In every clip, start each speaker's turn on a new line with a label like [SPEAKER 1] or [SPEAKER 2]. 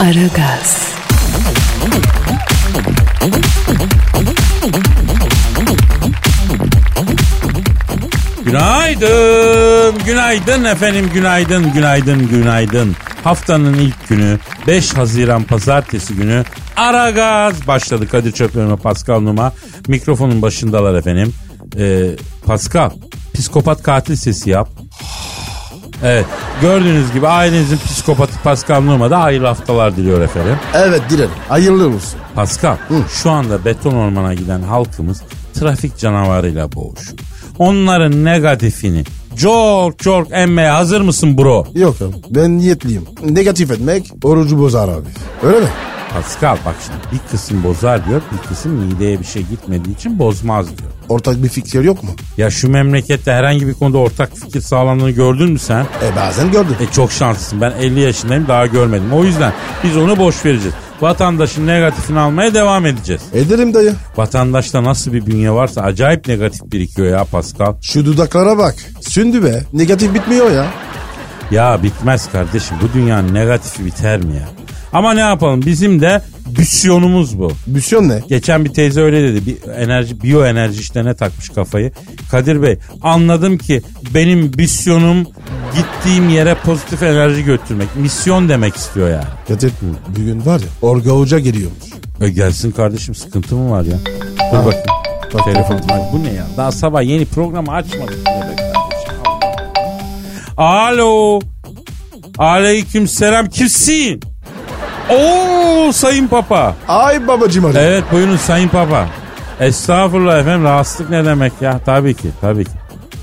[SPEAKER 1] Aragaz,
[SPEAKER 2] Günaydın, günaydın efendim, günaydın, günaydın, günaydın. Haftanın ilk günü 5 Haziran Pazartesi günü Aragaz başladı. Kadir Çöpler ve Pascal Numa mikrofonun başındalar efendim. Ee, Pascal, psikopat katil sesi yap. Evet, gördüğünüz gibi ailenizin psikopatı Pascal Numa da hayırlı haftalar diliyor efendim.
[SPEAKER 3] Evet dilerim. Hayırlı olsun.
[SPEAKER 2] Pascal şu anda beton ormana giden halkımız trafik canavarıyla boğuşuyor. Onların negatifini çok çok emmeye hazır mısın bro?
[SPEAKER 3] Yok abi ben niyetliyim. Negatif etmek orucu bozar abi. Öyle mi?
[SPEAKER 2] Pascal bak şimdi bir kısım bozar diyor bir kısım mideye bir şey gitmediği için bozmaz diyor.
[SPEAKER 3] Ortak bir fikir yok mu?
[SPEAKER 2] Ya şu memlekette herhangi bir konuda ortak fikir sağlandığını gördün mü sen?
[SPEAKER 3] E bazen gördüm.
[SPEAKER 2] E çok şanslısın ben 50 yaşındayım daha görmedim. O yüzden biz onu boş vereceğiz. Vatandaşın negatifini almaya devam edeceğiz.
[SPEAKER 3] Ederim dayı.
[SPEAKER 2] Vatandaşta nasıl bir bünye varsa acayip negatif birikiyor ya Pascal.
[SPEAKER 3] Şu dudaklara bak. Sündü be. Negatif bitmiyor ya.
[SPEAKER 2] Ya bitmez kardeşim bu dünyanın negatifi biter mi ya? Ama ne yapalım bizim de misyonumuz bu.
[SPEAKER 3] Büsyon ne?
[SPEAKER 2] Geçen bir teyze öyle dedi. Bir enerji biyoenerji işlerine takmış kafayı. Kadir Bey anladım ki benim misyonum gittiğim yere pozitif enerji götürmek. Misyon demek istiyor yani.
[SPEAKER 3] Kadir bugün var ya Orga Hoca geliyormuş.
[SPEAKER 2] E gelsin kardeşim sıkıntı mı var ya? Dur bakayım.
[SPEAKER 3] Bak,
[SPEAKER 2] Telefon.
[SPEAKER 3] bak, bak.
[SPEAKER 2] Bu ne ya? Daha sabah yeni programı açmadık. bile be kardeşim. Alo. Aleyküm selam. Kimsin? Oo Sayın Papa.
[SPEAKER 3] Ay babacım hadi.
[SPEAKER 2] Evet buyurun Sayın Papa. Estağfurullah efendim rahatsızlık ne demek ya? Tabii ki tabii ki.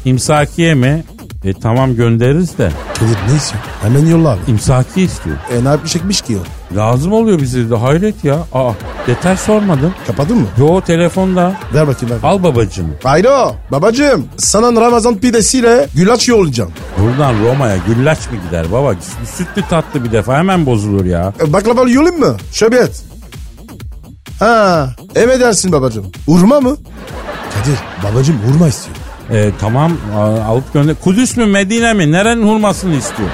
[SPEAKER 2] İmsakiye mi? E tamam göndeririz de.
[SPEAKER 3] Kadir ne istiyor? Hemen yolla abi.
[SPEAKER 2] İmsakiye istiyor.
[SPEAKER 3] E ne yapmış çekmiş ki o?
[SPEAKER 2] Lazım oluyor bize de hayret ya. Aa yeter sormadım.
[SPEAKER 3] Kapadın mı?
[SPEAKER 2] Yo telefonda.
[SPEAKER 3] Ver bakayım abi.
[SPEAKER 2] Al babacığım.
[SPEAKER 3] Hayro babacım sana Ramazan pidesiyle güllaç yollayacağım.
[SPEAKER 2] Buradan Roma'ya güllaç mı gider baba? Sü- Sütlü tatlı bir defa hemen bozulur ya.
[SPEAKER 3] E, Baklava yolun mu? Şöbiyet. Ha, emedersin babacığım. Urma mı? Kadir, babacığım urma istiyor.
[SPEAKER 2] E, tamam a- alıp gönder. Kudüs mü Medine mi? Nerenin hurmasını istiyor?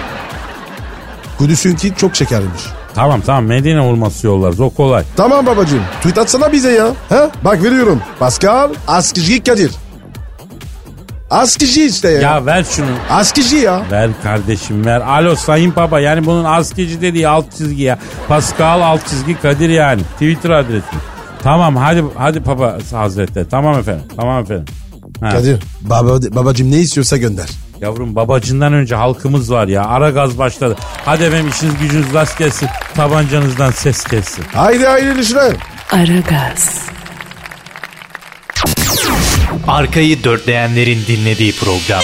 [SPEAKER 3] Kudüs'ünki çok şekerliymiş.
[SPEAKER 2] Tamam tamam Medine hurması yollarız o kolay.
[SPEAKER 3] Tamam babacığım, tweet atsana bize ya. Ha? Bak veriyorum. Pascal, askıcı Kadir. Askıcı işte ya.
[SPEAKER 2] Ya ver şunu.
[SPEAKER 3] Askıcı ya.
[SPEAKER 2] Ver kardeşim ver. Alo sayın baba yani bunun askeci dediği alt çizgi ya. Pascal alt çizgi Kadir yani. Twitter adresi. Tamam hadi hadi papa hazretleri. Tamam efendim. Tamam efendim. Ha.
[SPEAKER 3] Kadir, baba, babacığım ne istiyorsa gönder.
[SPEAKER 2] Yavrum babacından önce halkımız var ya. Ara gaz başladı. Hadi efendim işiniz gücünüz rast gelsin. Tabancanızdan ses gelsin.
[SPEAKER 3] Haydi hayırlı işler.
[SPEAKER 1] Aragaz,
[SPEAKER 4] Arkayı dörtleyenlerin dinlediği program.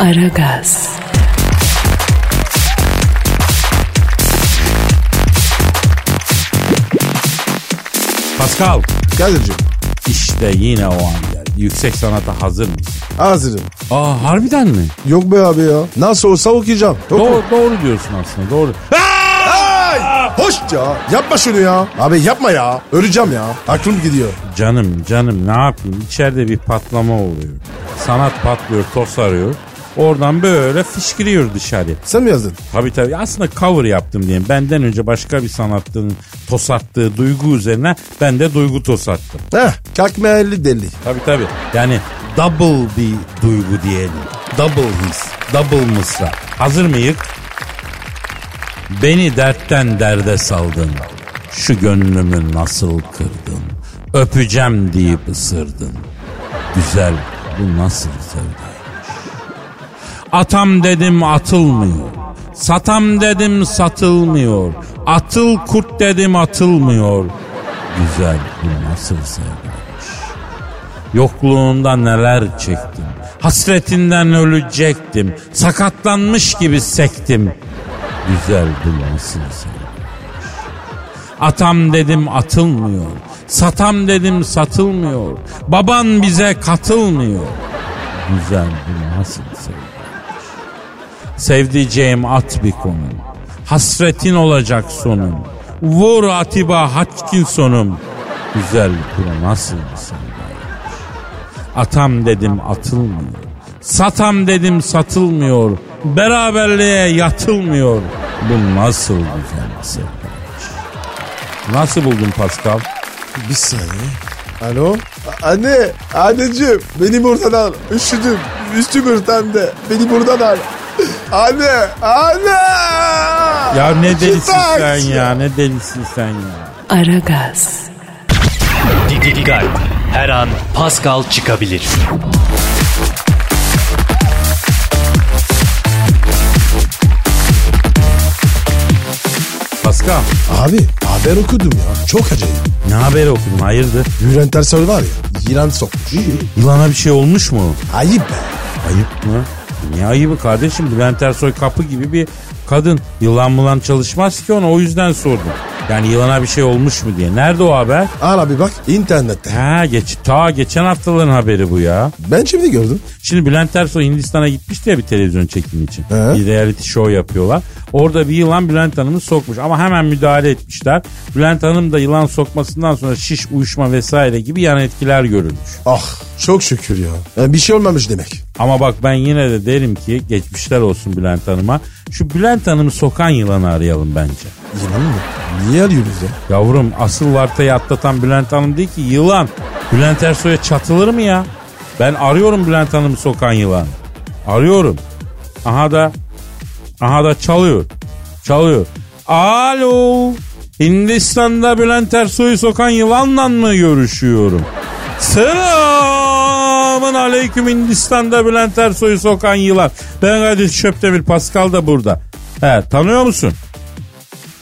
[SPEAKER 1] Aragaz,
[SPEAKER 2] Pascal
[SPEAKER 3] Kadir'cim,
[SPEAKER 2] işte yine o an geldi. Yüksek sanata hazır mısın?
[SPEAKER 3] hazırım.
[SPEAKER 2] Aa harbiden mi?
[SPEAKER 3] Yok be abi ya. Nasıl olsa okuyacağım. Yok mu?
[SPEAKER 2] Doğru, doğru diyorsun aslında doğru.
[SPEAKER 3] Ay, hoş ya. Yapma şunu ya. Abi yapma ya. Öleceğim ya. Aklım gidiyor.
[SPEAKER 2] Canım canım ne yapayım içeride bir patlama oluyor. Sanat patlıyor tosarıyor. Oradan böyle fışkırıyor dışarıya.
[SPEAKER 3] Sen mi yazdın?
[SPEAKER 2] Tabii tabii aslında cover yaptım diyeyim. Benden önce başka bir sanatçının tosattığı duygu üzerine ben de duygu tosattım.
[SPEAKER 3] Heh. Kalkma elli deli.
[SPEAKER 2] Tabii tabii. Yani double bir duygu diyelim. Double his. Double mısra. Hazır mıyık? Beni dertten derde saldın. Şu gönlümü nasıl kırdın. Öpeceğim deyip ısırdın. Güzel bu nasıl sevdaymış. Atam dedim atılmıyor. Satam dedim satılmıyor. Atıl kurt dedim atılmıyor. Güzel bu nasıl sevdaymış. Yokluğunda neler çektim. Hasretinden ölecektim. Sakatlanmış gibi sektim. Güzel bulansın seni. Atam dedim atılmıyor. Satam dedim satılmıyor. Baban bize katılmıyor. Güzel bulansın seni. Sevdiceğim at bir konu. Hasretin olacak sonum. Vur Atiba Hutchinson'um. Güzel bu nasıl sen Atam dedim atılmıyor. Satam dedim satılmıyor. Beraberliğe yatılmıyor. Bu nasıl güzel bir sevgiler? Nasıl buldun Pascal?
[SPEAKER 3] Bir saniye. Alo? A- Anne, anneciğim beni buradan al. Üşüdüm. Üstüm ürtemde. Beni buradan al. Anne, anne!
[SPEAKER 2] Ya ne delisin
[SPEAKER 3] Çıtaks
[SPEAKER 2] sen ya ne delisin sen ya.
[SPEAKER 1] Aragaz,
[SPEAKER 4] Didi Dikkat. Her an Pascal çıkabilir.
[SPEAKER 2] Pascal
[SPEAKER 3] Abi haber okudum ya. Çok acayip.
[SPEAKER 2] ne haber okudun hayırdır?
[SPEAKER 3] Bülent Ersoy var ya. Yılan sokmuş.
[SPEAKER 2] Yılana bir şey olmuş mu?
[SPEAKER 3] Ayıp be.
[SPEAKER 2] Ayıp mı? Ne ayıbı kardeşim? Bülent Ersoy kapı gibi bir kadın. Yılan mılan çalışmaz ki ona o yüzden sordum. Yani yılana bir şey olmuş mu diye. Nerede o haber?
[SPEAKER 3] Al abi bak internette.
[SPEAKER 2] Ha geç, ta geçen haftaların haberi bu ya.
[SPEAKER 3] Ben şimdi gördüm.
[SPEAKER 2] Şimdi Bülent Ersoy Hindistan'a gitmişti ya bir televizyon çekimi için.
[SPEAKER 3] He.
[SPEAKER 2] Bir reality show yapıyorlar. Orada bir yılan Bülent Hanım'ı sokmuş ama hemen müdahale etmişler. Bülent Hanım da yılan sokmasından sonra şiş, uyuşma vesaire gibi yan etkiler görülmüş.
[SPEAKER 3] Ah çok şükür ya. Yani bir şey olmamış demek.
[SPEAKER 2] Ama bak ben yine de derim ki geçmişler olsun Bülent Hanım'a. Şu Bülent Hanım'ı sokan yılanı arayalım bence.
[SPEAKER 3] Yılan mı? Niye arıyoruz ya?
[SPEAKER 2] Yavrum asıl vartayı atlatan Bülent Hanım değil ki yılan. Bülent Ersoy'a çatılır mı ya? Ben arıyorum Bülent Hanım'ı sokan yılan. Arıyorum. Aha da aha da çalıyor. Çalıyor. Alo. Hindistan'da Bülent Ersoy'u sokan yılanla mı görüşüyorum? Selamın aleyküm Hindistan'da Bülent Ersoy'u sokan yılan. Ben Kadir Çöptemir Pascal da burada. He, tanıyor musun?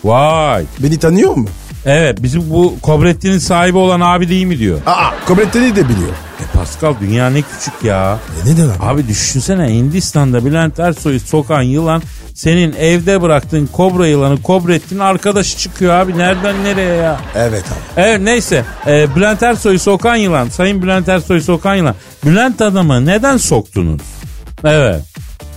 [SPEAKER 2] Vay.
[SPEAKER 3] Beni tanıyor mu?
[SPEAKER 2] Evet bizim bu Kobrettin'in sahibi olan abi değil mi diyor.
[SPEAKER 3] Aa Kobrettin'i de biliyor.
[SPEAKER 2] E Pascal dünya ne küçük ya.
[SPEAKER 3] E neden abi?
[SPEAKER 2] Abi düşünsene Hindistan'da Bülent Ersoy'u sokan yılan senin evde bıraktığın kobra yılanı Kobrettin'in arkadaşı çıkıyor abi. Nereden nereye ya?
[SPEAKER 3] Evet abi.
[SPEAKER 2] Evet neyse e, Bülent Ersoy'u sokan yılan. Sayın Bülent Ersoy'u sokan yılan. Bülent adamı neden soktunuz? Evet.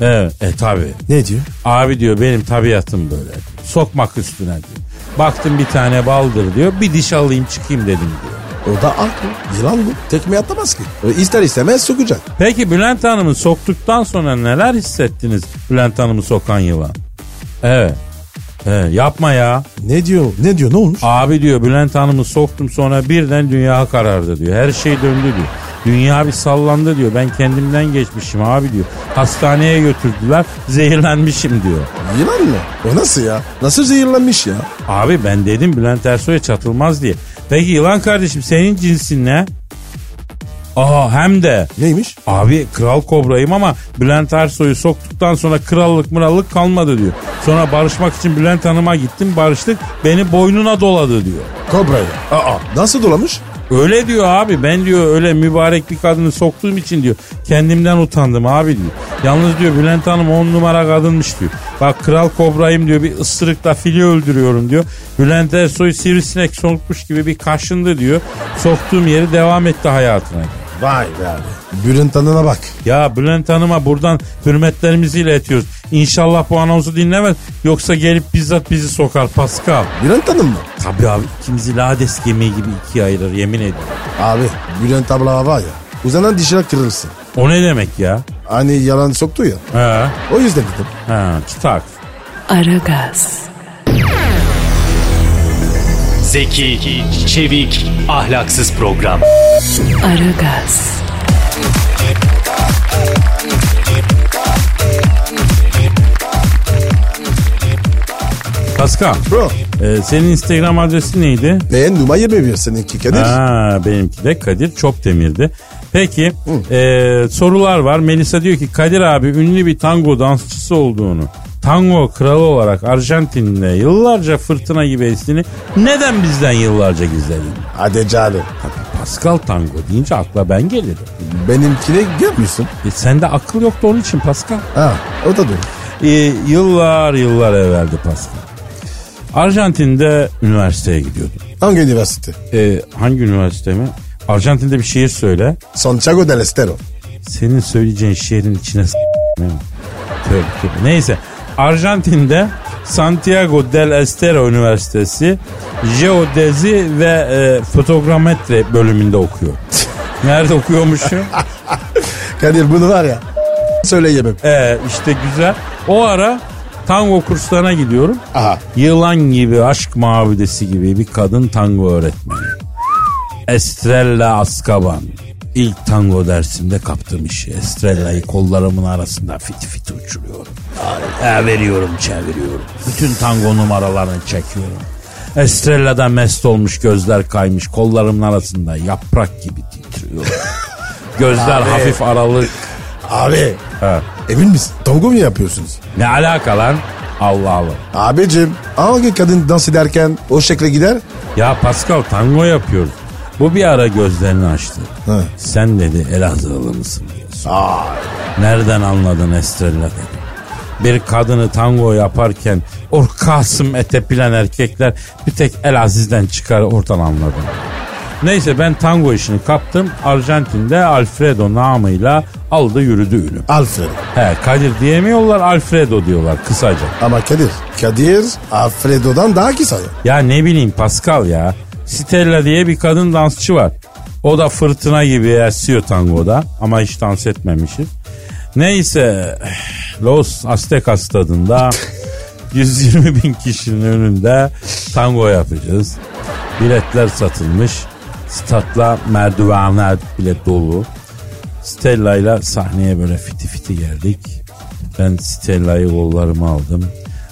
[SPEAKER 2] Evet. E tabi.
[SPEAKER 3] Ne diyor?
[SPEAKER 2] Abi diyor benim tabiatım böyle. Sokmak üstüne diyor. Baktım bir tane baldır diyor. Bir diş alayım çıkayım dedim diyor.
[SPEAKER 3] O da aklı. Yılan bu. Tekme atamaz ki. E, İster istemez sokacak.
[SPEAKER 2] Peki Bülent Hanım'ı soktuktan sonra neler hissettiniz Bülent Hanım'ı sokan yılan? Evet. Evet, yapma ya.
[SPEAKER 3] Ne diyor? Ne diyor? Ne olmuş?
[SPEAKER 2] Abi diyor Bülent Hanım'ı soktum sonra birden dünya karardı diyor. Her şey döndü diyor. Dünya bir sallandı diyor. Ben kendimden geçmişim abi diyor. Hastaneye götürdüler. Zehirlenmişim diyor.
[SPEAKER 3] Yılan mı? O nasıl ya? Nasıl zehirlenmiş ya?
[SPEAKER 2] Abi ben dedim Bülent Ersoy'a çatılmaz diye. Peki yılan kardeşim senin cinsin ne? Aa hem de
[SPEAKER 3] Neymiş?
[SPEAKER 2] Abi kral kobrayım ama Bülent Ersoy'u soktuktan sonra krallık mırallık kalmadı diyor. Sonra barışmak için Bülent Hanım'a gittim barıştık beni boynuna doladı diyor.
[SPEAKER 3] Kobra ya. Aa nasıl dolamış?
[SPEAKER 2] Öyle diyor abi ben diyor öyle mübarek bir kadını soktuğum için diyor kendimden utandım abi diyor. Yalnız diyor Bülent Hanım on numara kadınmış diyor. Bak kral kobrayım diyor bir ısırıkla fili öldürüyorum diyor. Bülent Ersoy'u sivrisinek sokmuş gibi bir kaşındı diyor. Soktuğum yeri devam etti hayatına.
[SPEAKER 3] Vay be abi. Bülent Hanım'a bak.
[SPEAKER 2] Ya Bülent Hanım'a buradan hürmetlerimizi iletiyoruz. İnşallah bu anonsu dinlemez. Yoksa gelip bizzat bizi sokar Pascal.
[SPEAKER 3] Bülent Hanım mı?
[SPEAKER 2] Tabii abi ikimizi lades gemiyi gibi ikiye ayırır yemin ederim.
[SPEAKER 3] Abi Bülent abla var ya. Uzanan dişine kırılırsın.
[SPEAKER 2] O ne demek ya?
[SPEAKER 3] Hani yalan soktu ya.
[SPEAKER 2] He,
[SPEAKER 3] O yüzden dedim.
[SPEAKER 2] he, çıtak.
[SPEAKER 1] Aragaz,
[SPEAKER 4] Zeki, çevik, ahlaksız program.
[SPEAKER 1] Aragaz,
[SPEAKER 2] Pascal,
[SPEAKER 3] Bro.
[SPEAKER 2] e, senin Instagram adresi neydi?
[SPEAKER 3] Ne numarayı veriyor seninki Kadir?
[SPEAKER 2] Ha, benimki de Kadir Çopdemir'di. Peki e, sorular var. Melisa diyor ki Kadir abi ünlü bir tango dansçısı olduğunu, tango kralı olarak Arjantin'de yıllarca fırtına gibi estiğini neden bizden yıllarca gizledin?
[SPEAKER 3] Hadi canım.
[SPEAKER 2] Tabii Pascal tango deyince akla ben gelirim.
[SPEAKER 3] Benimkine gelmiyorsun.
[SPEAKER 2] E, sende akıl yoktu onun için Pascal.
[SPEAKER 3] Ha o da doğru.
[SPEAKER 2] E, yıllar yıllar evveldi Pascal. Arjantin'de üniversiteye gidiyordum.
[SPEAKER 3] Hangi üniversite?
[SPEAKER 2] E, hangi üniversite mi? Arjantin'de bir şiir söyle.
[SPEAKER 3] Santiago del Estero.
[SPEAKER 2] Senin söyleyeceğin şiirin içine s- değil mi? Tövbe tövbe. Neyse. Arjantin'de Santiago del Estero Üniversitesi jeodezi ve e, fotogrametre bölümünde okuyor. Nerede okuyormuşum?
[SPEAKER 3] Kadir bunu var ya söyleyemem.
[SPEAKER 2] Ee, işte güzel. O ara tango kurslarına gidiyorum.
[SPEAKER 3] Aha.
[SPEAKER 2] Yılan gibi, aşk mavidesi gibi bir kadın tango öğretmeni. Estrella Askaban. İlk tango dersimde kaptım işi. Estrella'yı kollarımın arasında fit fit uçuruyorum. Ha, veriyorum, çeviriyorum. Bütün tango numaralarını çekiyorum. Estrella'da mest olmuş gözler kaymış. Kollarımın arasında yaprak gibi titriyor. Gözler hafif aralık.
[SPEAKER 3] Abi
[SPEAKER 2] Ha.
[SPEAKER 3] emin misin? Tango mu yapıyorsunuz?
[SPEAKER 2] Ne alaka lan? Allah Allah.
[SPEAKER 3] Abicim hangi kadın dans ederken o şekle gider?
[SPEAKER 2] Ya Pascal tango yapıyoruz. Bu bir ara gözlerini açtı.
[SPEAKER 3] Hı.
[SPEAKER 2] Sen dedi Elazığlı mısın diye sordu. Nereden anladın Estrella dedi. Bir kadını tango yaparken o Kasım etepilen erkekler bir tek Elaziz'den çıkar oradan anladım. Neyse ben tango işini kaptım. Arjantin'de Alfredo namıyla aldı yürüdü ünüm.
[SPEAKER 3] Alfred.
[SPEAKER 2] He Kadir diyemiyorlar Alfredo diyorlar kısaca.
[SPEAKER 3] Ama Kadir. Kadir Alfredo'dan daha kısa. ya.
[SPEAKER 2] Ya ne bileyim Pascal ya. Stella diye bir kadın dansçı var. O da fırtına gibi esiyor tangoda ama hiç dans etmemişiz. Neyse Los Aztecas tadında 120 bin kişinin önünde tango yapacağız. Biletler satılmış. Statla merdivenler bile dolu. Stella'yla sahneye böyle fiti fiti geldik. Ben Stella'yı kollarıma aldım.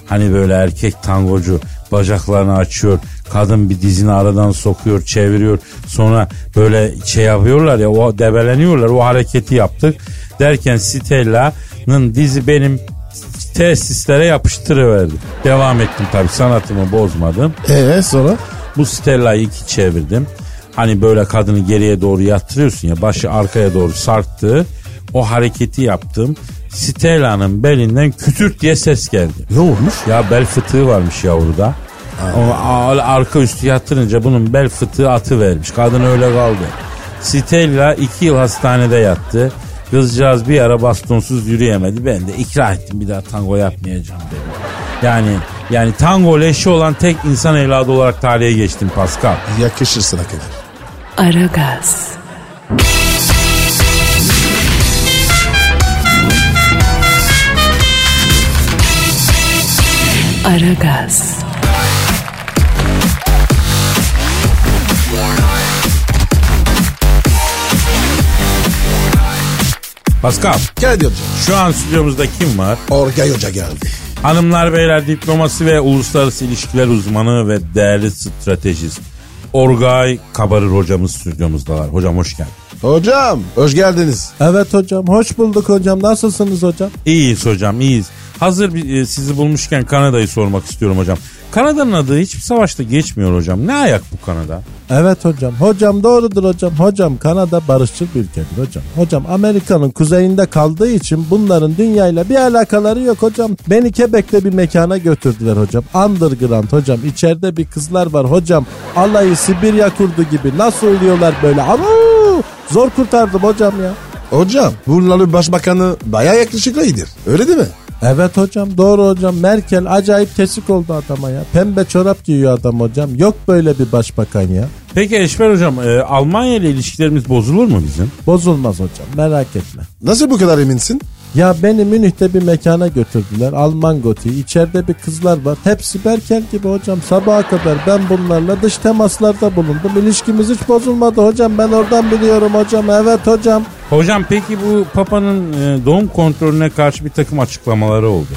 [SPEAKER 2] Hani böyle erkek tangocu bacaklarını açıyor. Kadın bir dizini aradan sokuyor, çeviriyor. Sonra böyle şey yapıyorlar ya, o debeleniyorlar. O hareketi yaptık. Derken Stella'nın dizi benim tesislere yapıştırıverdi. Devam ettim tabii sanatımı bozmadım.
[SPEAKER 3] Ee sonra?
[SPEAKER 2] Bu Stella'yı iki çevirdim. Hani böyle kadını geriye doğru yatırıyorsun ya başı arkaya doğru sarktı. O hareketi yaptım. Stella'nın belinden kütürt diye ses geldi.
[SPEAKER 3] Ne olmuş?
[SPEAKER 2] Ya bel fıtığı varmış yavruda. Ama a- arka üstü yatırınca bunun bel fıtığı atı vermiş. Kadın öyle kaldı. Stella iki yıl hastanede yattı. Kızcağız bir ara bastonsuz yürüyemedi. Ben de ikra ettim bir daha tango yapmayacağım dedim. Yani yani tango leşi olan tek insan evladı olarak tarihe geçtim Pascal.
[SPEAKER 3] Yakışır sana Kadir.
[SPEAKER 1] Aragaz, Aragaz,
[SPEAKER 2] Pascal
[SPEAKER 3] Kadir Hoca.
[SPEAKER 2] şu an stüdyomuzda kim var?
[SPEAKER 3] Orgay Hoca geldi.
[SPEAKER 2] Hanımlar beyler diplomasi ve uluslararası ilişkiler uzmanı ve değerli stratejist Orgay Kabarır hocamız stüdyomuzdalar. Hocam hoş geldin.
[SPEAKER 3] Hocam hoş geldiniz.
[SPEAKER 5] Evet hocam hoş bulduk hocam nasılsınız hocam?
[SPEAKER 2] İyiyiz hocam iyiyiz. Hazır bir- e, sizi bulmuşken Kanada'yı sormak istiyorum hocam. Kanada'nın adı hiçbir savaşta geçmiyor hocam. Ne ayak bu Kanada?
[SPEAKER 5] Evet hocam hocam doğrudur hocam hocam Kanada barışçıl bir ülkedir hocam. Hocam Amerika'nın kuzeyinde kaldığı için bunların dünyayla bir alakaları yok hocam. Beni Quebec'te bir mekana götürdüler hocam. Underground hocam içeride bir kızlar var hocam. Alayı Sibirya kurdu gibi nasıl uyuyorlar böyle ama zor kurtardım hocam ya.
[SPEAKER 3] Hocam bunların başbakanı bayağı yakışıklıydır. Öyle değil mi?
[SPEAKER 5] Evet hocam doğru hocam Merkel acayip kesik oldu adama ya. Pembe çorap giyiyor adam hocam. Yok böyle bir başbakan ya.
[SPEAKER 2] Peki Eşber hocam e, Almanya ile ilişkilerimiz bozulur mu bizim?
[SPEAKER 5] Bozulmaz hocam merak etme.
[SPEAKER 3] Nasıl bu kadar eminsin?
[SPEAKER 5] Ya beni Münih'te bir mekana götürdüler. Alman gotiği. İçeride bir kızlar var. Hepsi Berkel gibi hocam. Sabaha kadar ben bunlarla dış temaslarda bulundum. İlişkimiz hiç bozulmadı hocam. Ben oradan biliyorum hocam. Evet hocam.
[SPEAKER 2] Hocam peki bu Papa'nın e, doğum kontrolüne karşı bir takım açıklamaları oldu.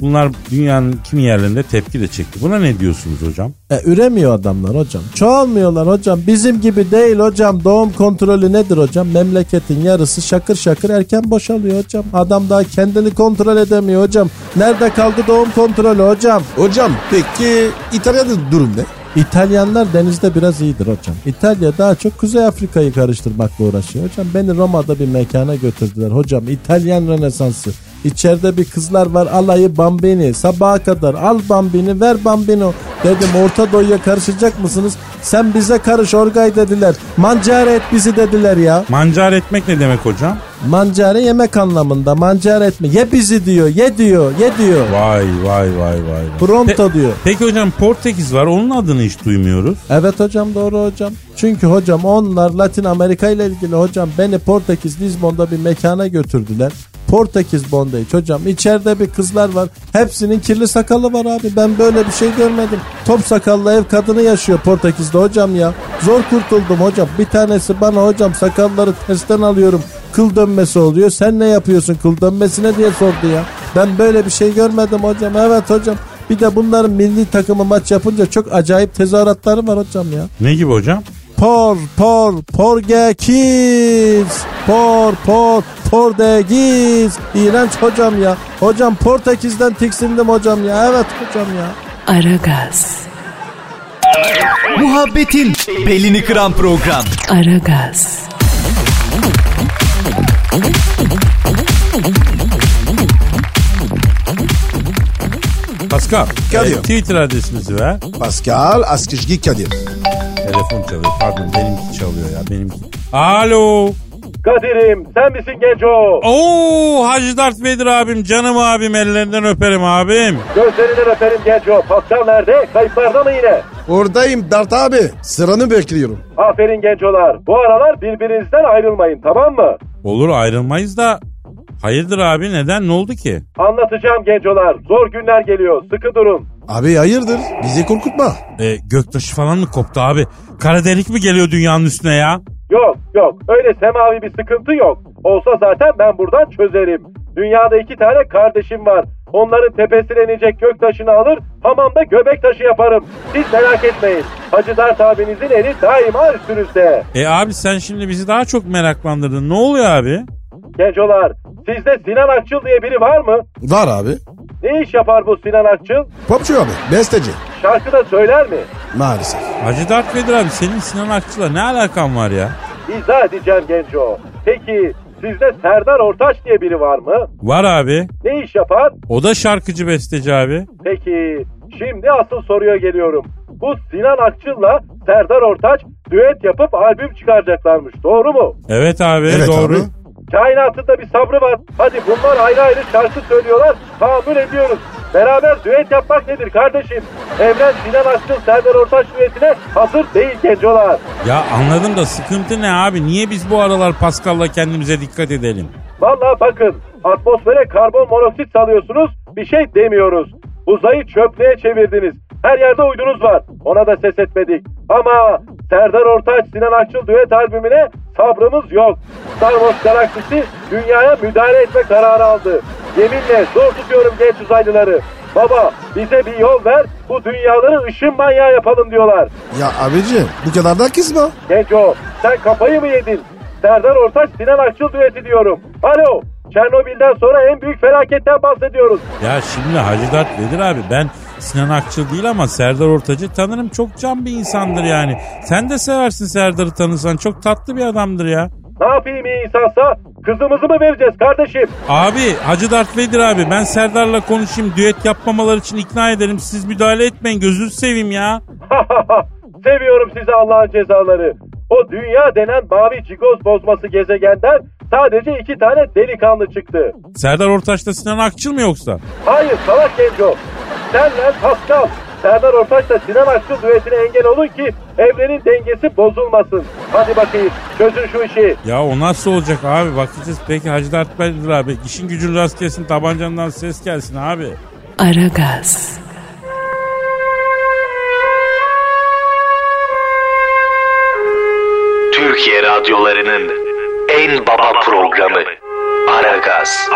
[SPEAKER 2] Bunlar dünyanın kimi yerlerinde tepki de çekti. Buna ne diyorsunuz hocam?
[SPEAKER 5] E, üremiyor adamlar hocam. Çoğalmıyorlar hocam. Bizim gibi değil hocam. Doğum kontrolü nedir hocam? Memleketin yarısı şakır şakır erken boşalıyor hocam. Adam daha kendini kontrol edemiyor hocam. Nerede kaldı doğum kontrolü hocam?
[SPEAKER 3] Hocam peki İtalya'da durum ne?
[SPEAKER 6] İtalyanlar denizde biraz iyidir hocam. İtalya daha çok Kuzey Afrika'yı karıştırmakla uğraşıyor hocam. Beni Roma'da bir mekana götürdüler hocam. İtalyan Rönesansı. İçeride bir kızlar var alayı bambini. Sabaha kadar al bambini ver bambino. Dedim Orta Doğu'ya karışacak mısınız? Sen bize karış orgay dediler. Mancara et bizi dediler ya.
[SPEAKER 2] Mancar etmek ne demek hocam?
[SPEAKER 6] Mancara yemek anlamında. Mancara etme. Ye bizi diyor. Ye diyor. Ye diyor.
[SPEAKER 2] Vay vay vay vay. vay.
[SPEAKER 6] Pronto
[SPEAKER 2] Pe-
[SPEAKER 6] diyor.
[SPEAKER 2] Peki hocam Portekiz var onun adını hiç duymuyoruz.
[SPEAKER 6] Evet hocam doğru hocam. Çünkü hocam onlar Latin Amerika ile ilgili hocam beni Portekiz Lizbon'da bir mekana götürdüler. Portekiz Bondage hocam içeride bir kızlar var. Hepsinin kirli sakalı var abi. Ben böyle bir şey görmedim. Top sakallı ev kadını yaşıyor Portekiz'de hocam ya. Zor kurtuldum hocam. Bir tanesi bana hocam sakalları tersten alıyorum. Kıl dönmesi oluyor. Sen ne yapıyorsun kıl dönmesine diye sordu ya. Ben böyle bir şey görmedim hocam. Evet hocam. Bir de bunların milli takımı maç yapınca çok acayip tezahüratları var hocam ya.
[SPEAKER 2] Ne gibi hocam?
[SPEAKER 6] Por, por, Porgekiz. Por, por, Portekiz. İğrenç hocam ya. Hocam Portekiz'den tiksindim hocam ya. Evet hocam ya.
[SPEAKER 1] Aragaz,
[SPEAKER 7] Muhabbetin belini kıran program.
[SPEAKER 1] Aragaz,
[SPEAKER 2] Pascal. e,
[SPEAKER 3] Kadir.
[SPEAKER 2] Twitter adresimizi ver.
[SPEAKER 3] Pascal Askışgi Kadir.
[SPEAKER 2] Telefon çalıyor pardon benimki çalıyor ya benimki. Alo.
[SPEAKER 5] Kadir'im sen misin genco?
[SPEAKER 2] Oo Hacı Dert Vedir abim canım abim ellerinden öperim abim.
[SPEAKER 5] Gözlerinden öperim genco. Pascal nerede? Kayıplarda mı yine?
[SPEAKER 3] Oradayım Dert abi. Sıranı bekliyorum.
[SPEAKER 5] Aferin gencolar. Bu aralar birbirinizden ayrılmayın tamam mı?
[SPEAKER 2] Olur ayrılmayız da hayırdır abi neden ne oldu ki?
[SPEAKER 5] Anlatacağım gencolar. Zor günler geliyor. Sıkı durun.
[SPEAKER 3] Abi hayırdır? Bizi korkutma.
[SPEAKER 2] E, göktaşı falan mı koptu abi? Kara delik mi geliyor dünyanın üstüne ya?
[SPEAKER 5] Yok yok öyle semavi bir sıkıntı yok. Olsa zaten ben buradan çözerim. Dünyada iki tane kardeşim var. Onların tepesine inecek gök taşını alır hamamda göbek taşı yaparım. Siz merak etmeyin. Hacı Dert abinizin eli daima üstünüzde.
[SPEAKER 2] E abi sen şimdi bizi daha çok meraklandırdın. Ne oluyor abi?
[SPEAKER 5] Gencolar sizde Sinan Akçıl diye biri var mı?
[SPEAKER 3] Var abi.
[SPEAKER 5] Ne iş yapar bu Sinan Akçıl?
[SPEAKER 3] Popçu abi. Besteci.
[SPEAKER 5] Şarkı da söyler mi?
[SPEAKER 3] Maalesef.
[SPEAKER 2] Hacı Dert Vedir abi senin Sinan Akçıl'la ne alakan var ya?
[SPEAKER 5] İzah edeceğim genco. Peki sizde Serdar Ortaç diye biri var mı?
[SPEAKER 2] Var abi.
[SPEAKER 5] Ne iş yapar?
[SPEAKER 2] O da şarkıcı besteci abi.
[SPEAKER 5] Peki şimdi asıl soruya geliyorum. Bu Sinan Akçıl'la Serdar Ortaç düet yapıp albüm çıkaracaklarmış. Doğru mu?
[SPEAKER 2] Evet abi
[SPEAKER 3] Evet
[SPEAKER 2] doğru.
[SPEAKER 3] abi.
[SPEAKER 5] Kainatında bir sabrı var. Hadi bunlar ayrı ayrı şarkı söylüyorlar. Tahammül ediyoruz. Beraber düet yapmak nedir kardeşim? Evren Sinan Akçıl Serdar Ortaç düetine hazır değil gencolar.
[SPEAKER 2] Ya anladım da sıkıntı ne abi? Niye biz bu aralar Pascal'la kendimize dikkat edelim?
[SPEAKER 5] Valla bakın atmosfere karbon monoksit salıyorsunuz bir şey demiyoruz. Uzayı çöplüğe çevirdiniz. Her yerde uydunuz var. Ona da ses etmedik. Ama Serdar Ortaç Sinan Akçıl düet albümüne sabrımız yok. Star Wars galaksisi dünyaya müdahale etme kararı aldı. Yeminle zor tutuyorum genç uzaylıları. Baba bize bir yol ver bu dünyaları ışın manyağı yapalım diyorlar.
[SPEAKER 3] Ya abicim bu kadar da kızma.
[SPEAKER 5] Genco sen kafayı mı yedin? Serdar Ortaç Sinan Akçıl düeti diyorum. Alo Çernobil'den sonra en büyük felaketten bahsediyoruz.
[SPEAKER 2] Ya şimdi Hacı Dert Vedir abi ben Sinan Akçıl değil ama Serdar Ortaç'ı tanırım. Çok can bir insandır yani. Sen de seversin Serdar'ı tanısan. Çok tatlı bir adamdır ya.
[SPEAKER 5] Ne yapayım iyi insansa kızımızı mı vereceğiz kardeşim?
[SPEAKER 2] Abi Hacı Dert Vedir abi ben Serdar'la konuşayım. Düet yapmamaları için ikna ederim. Siz müdahale etmeyin. Gözünüzü seveyim ya.
[SPEAKER 5] Seviyorum sizi Allah'ın cezaları. O dünya denen mavi cigoz bozması gezegenden sadece iki tane delikanlı çıktı.
[SPEAKER 2] Serdar Ortaç'la Sinan Akçıl mı yoksa?
[SPEAKER 5] Hayır salak Genco. Senle Pascal. Serdar Ortaç'la Sinan Akçıl düetine engel olun ki evrenin dengesi bozulmasın. Hadi bakayım çözün şu işi.
[SPEAKER 2] Ya o nasıl olacak abi? Bakacağız peki Hacı Dert Vedir abi. İşin gücün rast gelsin. Tabancandan ses gelsin abi.
[SPEAKER 1] Aragaz,
[SPEAKER 8] Türkiye radyolarının en baba programı Aragaz.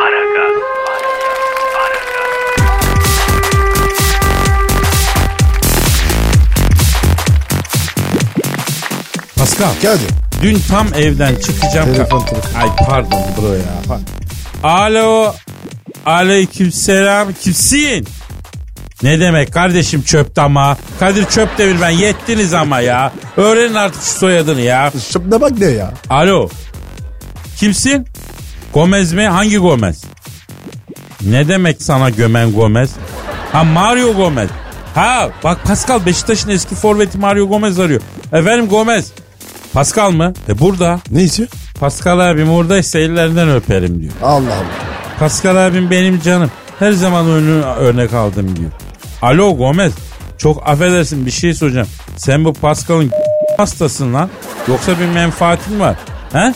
[SPEAKER 2] Pascal.
[SPEAKER 3] Kadir.
[SPEAKER 2] Dün tam evden çıkacağım.
[SPEAKER 3] Telefon, telefon.
[SPEAKER 2] Ay pardon bro ya. Pa- Alo. Aleykümselam. Kimsin? Ne demek kardeşim çöp ama. Kadir çöp devir ben yettiniz ama ya. Öğrenin artık şu soyadını ya.
[SPEAKER 5] Şimdi bak ne ya?
[SPEAKER 2] Alo. Kimsin? Gomez mi? Hangi Gomez? Ne demek sana gömen Gomez? Ha Mario Gomez. Ha bak Pascal Beşiktaş'ın eski forveti Mario Gomez arıyor. Efendim Gomez. Pascal mı? E burada.
[SPEAKER 5] Ne istiyor?
[SPEAKER 2] Pascal abim oradaysa ellerinden öperim diyor.
[SPEAKER 5] Allah Allah.
[SPEAKER 2] Pascal abim benim canım. Her zaman önü örnek aldım diyor. Alo Gomez. Çok affedersin bir şey soracağım. Sen bu Pascal'ın hastasın lan. Yoksa bir menfaatin var. He?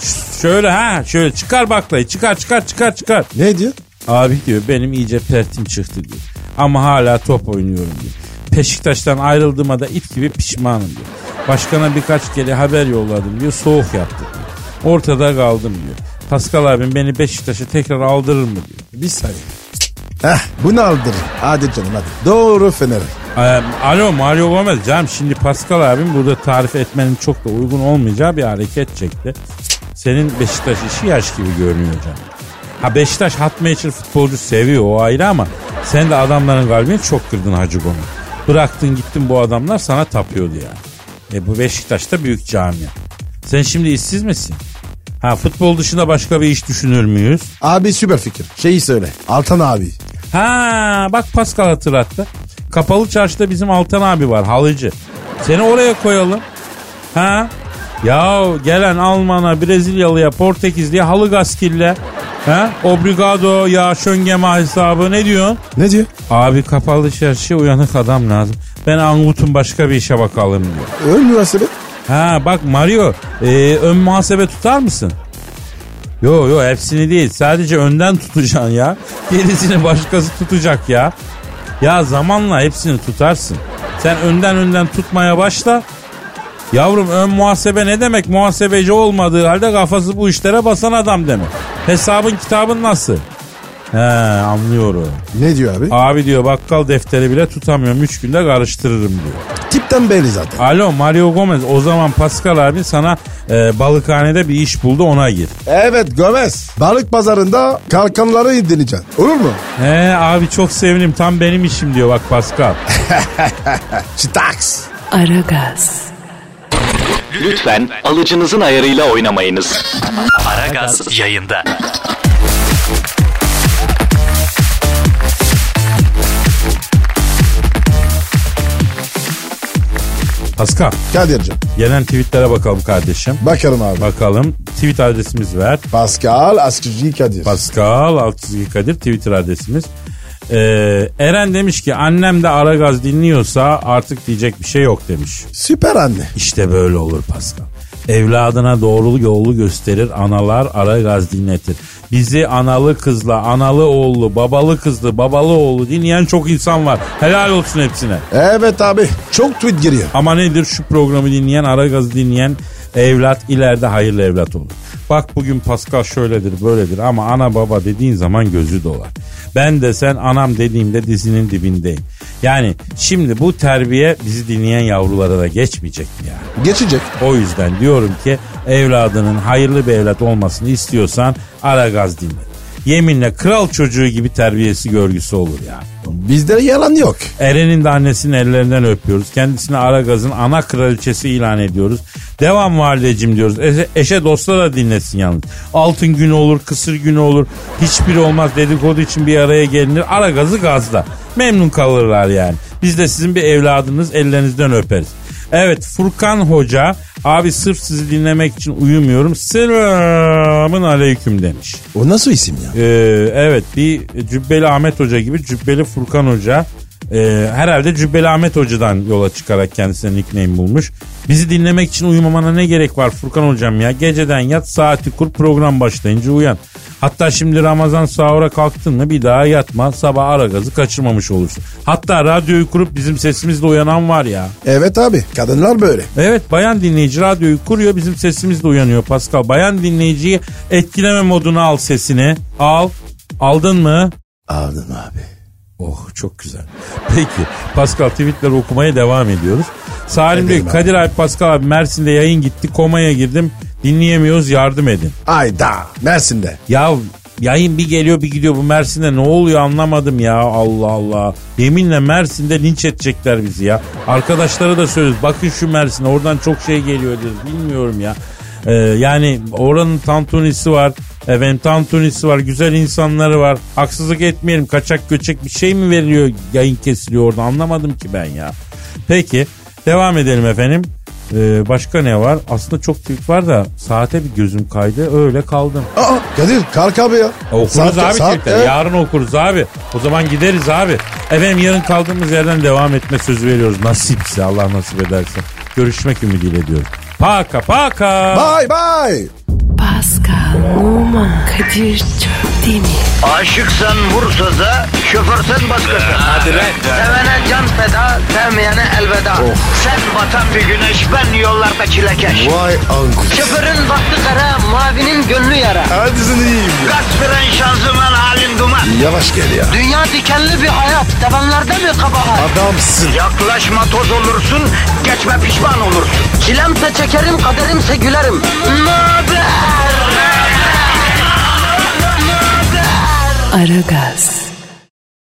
[SPEAKER 2] Ş- Şöyle ha şöyle çıkar baklayı çıkar çıkar çıkar çıkar.
[SPEAKER 5] Ne diyor?
[SPEAKER 2] Abi diyor benim iyice pertim çıktı diyor. Ama hala top oynuyorum diyor. Beşiktaş'tan ayrıldığıma da it gibi pişmanım diyor. Başkana birkaç kere haber yolladım diyor. Soğuk yaptı diyor. Ortada kaldım diyor. Pascal abim beni Beşiktaş'a tekrar aldırır mı diyor.
[SPEAKER 5] Bir saniye. Heh bunu aldırın. Hadi canım hadi. Doğru Fener.
[SPEAKER 2] Ee, Alo Mario Gomez canım şimdi Pascal abim burada tarif etmenin çok da uygun olmayacağı bir hareket çekti. Senin Beşiktaş işi yaş gibi görünüyor canım. Ha Beşiktaş hot matcher futbolcu seviyor o ayrı ama sen de adamların kalbini çok kırdın Hacı Gomez. Bıraktın gittin bu adamlar sana tapıyordu yani. E bu Beşiktaş'ta büyük camia. Sen şimdi işsiz misin? Ha futbol dışında başka bir iş düşünür müyüz?
[SPEAKER 5] Abi süper fikir. Şeyi söyle. Altan abi.
[SPEAKER 2] Ha bak Pascal hatırlattı. Kapalı çarşıda bizim Altan abi var halıcı. Seni oraya koyalım. Ha? Ya gelen Alman'a, Brezilyalı'ya, Portekizli'ye halı gaskille. Ha? Obrigado ya şöngema hesabı ne diyorsun?
[SPEAKER 5] Ne diyor?
[SPEAKER 2] Abi kapalı çarşıya uyanık adam lazım. Ben Angut'un başka bir işe bakalım diyor.
[SPEAKER 5] Ön münasebe.
[SPEAKER 2] Ha bak Mario e, ön muhasebe tutar mısın? Yo yo hepsini değil sadece önden tutacaksın ya. Gerisini başkası tutacak ya. Ya zamanla hepsini tutarsın. Sen önden önden tutmaya başla. Yavrum ön muhasebe ne demek? Muhasebeci olmadığı halde kafası bu işlere basan adam demek. Hesabın kitabın nasıl? He anlıyorum.
[SPEAKER 5] Ne diyor abi?
[SPEAKER 2] Abi diyor bakkal defteri bile tutamıyorum. Üç günde karıştırırım diyor.
[SPEAKER 5] Tipten belli zaten.
[SPEAKER 2] Alo Mario Gomez o zaman Pascal abi sana e, balıkhanede bir iş buldu ona gir.
[SPEAKER 5] Evet Gomez. Balık pazarında kalkanları indireceksin. Olur mu?
[SPEAKER 2] He abi çok sevinirim tam benim işim diyor bak Pascal.
[SPEAKER 5] Çıtaks.
[SPEAKER 1] Aragaz,
[SPEAKER 9] Lütfen alıcınızın ayarıyla oynamayınız. Aragaz yayında.
[SPEAKER 2] Pascal
[SPEAKER 5] Kadir'cim.
[SPEAKER 2] gelen tweetlere bakalım kardeşim.
[SPEAKER 5] Bakarım abi.
[SPEAKER 2] Bakalım tweet adresimiz ver.
[SPEAKER 5] Pascal Askıcı Kadir.
[SPEAKER 2] Pascal Altçizgi Kadir Twitter adresimiz. E, Eren demiş ki annem de Aragaz dinliyorsa artık diyecek bir şey yok demiş.
[SPEAKER 5] Süper anne.
[SPEAKER 2] İşte böyle olur Pascal. Evladına doğru yolu gösterir, analar ara gaz dinletir. Bizi analı kızla, analı oğlu, babalı kızlı, babalı oğlu dinleyen çok insan var. Helal olsun hepsine.
[SPEAKER 5] Evet abi. Çok tweet giriyor.
[SPEAKER 2] Ama nedir şu programı dinleyen, ara gazı dinleyen evlat ileride hayırlı evlat olur. Bak bugün Pascal şöyledir böyledir ama ana baba dediğin zaman gözü dolar. Ben de sen anam dediğimde dizinin dibindeyim. Yani şimdi bu terbiye bizi dinleyen yavrulara da geçmeyecek mi yani?
[SPEAKER 5] Geçecek.
[SPEAKER 2] O yüzden diyorum ki evladının hayırlı bir evlat olmasını istiyorsan ara gaz dinle. Yeminle kral çocuğu gibi terbiyesi görgüsü olur yani.
[SPEAKER 5] Bizde yalan yok.
[SPEAKER 2] Eren'in de annesinin ellerinden öpüyoruz. Kendisini Aragaz'ın ana kraliçesi ilan ediyoruz. Devam validecim diyoruz. Eşe, eşe dosta da dinlesin yalnız. Altın günü olur, kısır günü olur. Hiçbir olmaz dedikodu için bir araya gelinir. Aragaz'ı gazda. Memnun kalırlar yani. Biz de sizin bir evladınız ellerinizden öperiz. Evet Furkan Hoca abi sırf sizi dinlemek için uyumuyorum. Selamın aleyküm demiş.
[SPEAKER 5] O nasıl isim ya?
[SPEAKER 2] Ee, evet bir Cübbeli Ahmet Hoca gibi Cübbeli Furkan Hoca. Ee, herhalde Cübbeli Ahmet Hoca'dan yola çıkarak kendisine nickname bulmuş. Bizi dinlemek için uyumamana ne gerek var Furkan Hocam ya? Geceden yat saati kur program başlayınca uyan. Hatta şimdi Ramazan sahura kalktın mı bir daha yatma sabah ara gazı kaçırmamış olursun. Hatta radyoyu kurup bizim sesimizle uyanan var ya.
[SPEAKER 5] Evet abi. Kadınlar böyle.
[SPEAKER 2] Evet bayan dinleyici radyoyu kuruyor bizim sesimizle uyanıyor Pascal. Bayan dinleyiciyi etkileme moduna al sesini. Al. Aldın mı?
[SPEAKER 5] Aldın abi.
[SPEAKER 2] Oh çok güzel. Peki Pascal tweetleri okumaya devam ediyoruz. Salim diyor ki, Kadir abi Pascal abi Mersin'de yayın gitti komaya girdim dinleyemiyoruz yardım edin.
[SPEAKER 5] Ayda. Mersin'de.
[SPEAKER 2] Ya Yayın bir geliyor bir gidiyor bu Mersin'de ne oluyor anlamadım ya Allah Allah. Yeminle Mersin'de linç edecekler bizi ya. Arkadaşlara da söylüyoruz bakın şu Mersin'e oradan çok şey geliyor diyoruz bilmiyorum ya. Ee, yani oranın tantunisi var. Efendim tantunisi var. Güzel insanları var. Haksızlık etmeyelim. Kaçak göçek bir şey mi veriliyor? Yayın kesiliyor orada. Anlamadım ki ben ya. Peki. Devam edelim efendim. Ee, başka ne var? Aslında çok tweet var da saate bir gözüm kaydı. Öyle kaldım.
[SPEAKER 3] Aa Kadir kalk abi ya.
[SPEAKER 2] E, Okuruz
[SPEAKER 3] Saat-
[SPEAKER 2] abi
[SPEAKER 3] saat-
[SPEAKER 2] tekrar.
[SPEAKER 3] evet.
[SPEAKER 2] Yarın okuruz abi. O zaman gideriz abi. Efendim yarın kaldığımız yerden devam etme sözü veriyoruz. Nasipse Allah nasip ederse. Görüşmek ümidiyle diyorum. Paka paka.
[SPEAKER 3] Bye bye.
[SPEAKER 1] Pascal, Oman, Kadir çok değil mi?
[SPEAKER 8] Aşıksan vursa da, şoförsen başkasın. Hadi be. Sevene can feda, sevmeyene elveda. Sen batan bir güneş, ben yollarda çilekeş.
[SPEAKER 3] Vay anku.
[SPEAKER 8] Şoförün baktı kara, mavinin gönlü yara.
[SPEAKER 3] Hadi sen iyiyim ya.
[SPEAKER 8] Kasperen şanzıman halin duman.
[SPEAKER 3] Yavaş gel ya.
[SPEAKER 8] Dünya dikenli bir hayat, sevenlerde mi kabahar?
[SPEAKER 3] Adamsın.
[SPEAKER 8] Yaklaşma toz olursun, geçme pişman olursun. Çilemse çekerim, kaderimse gülerim. Möber!
[SPEAKER 1] Aragaz.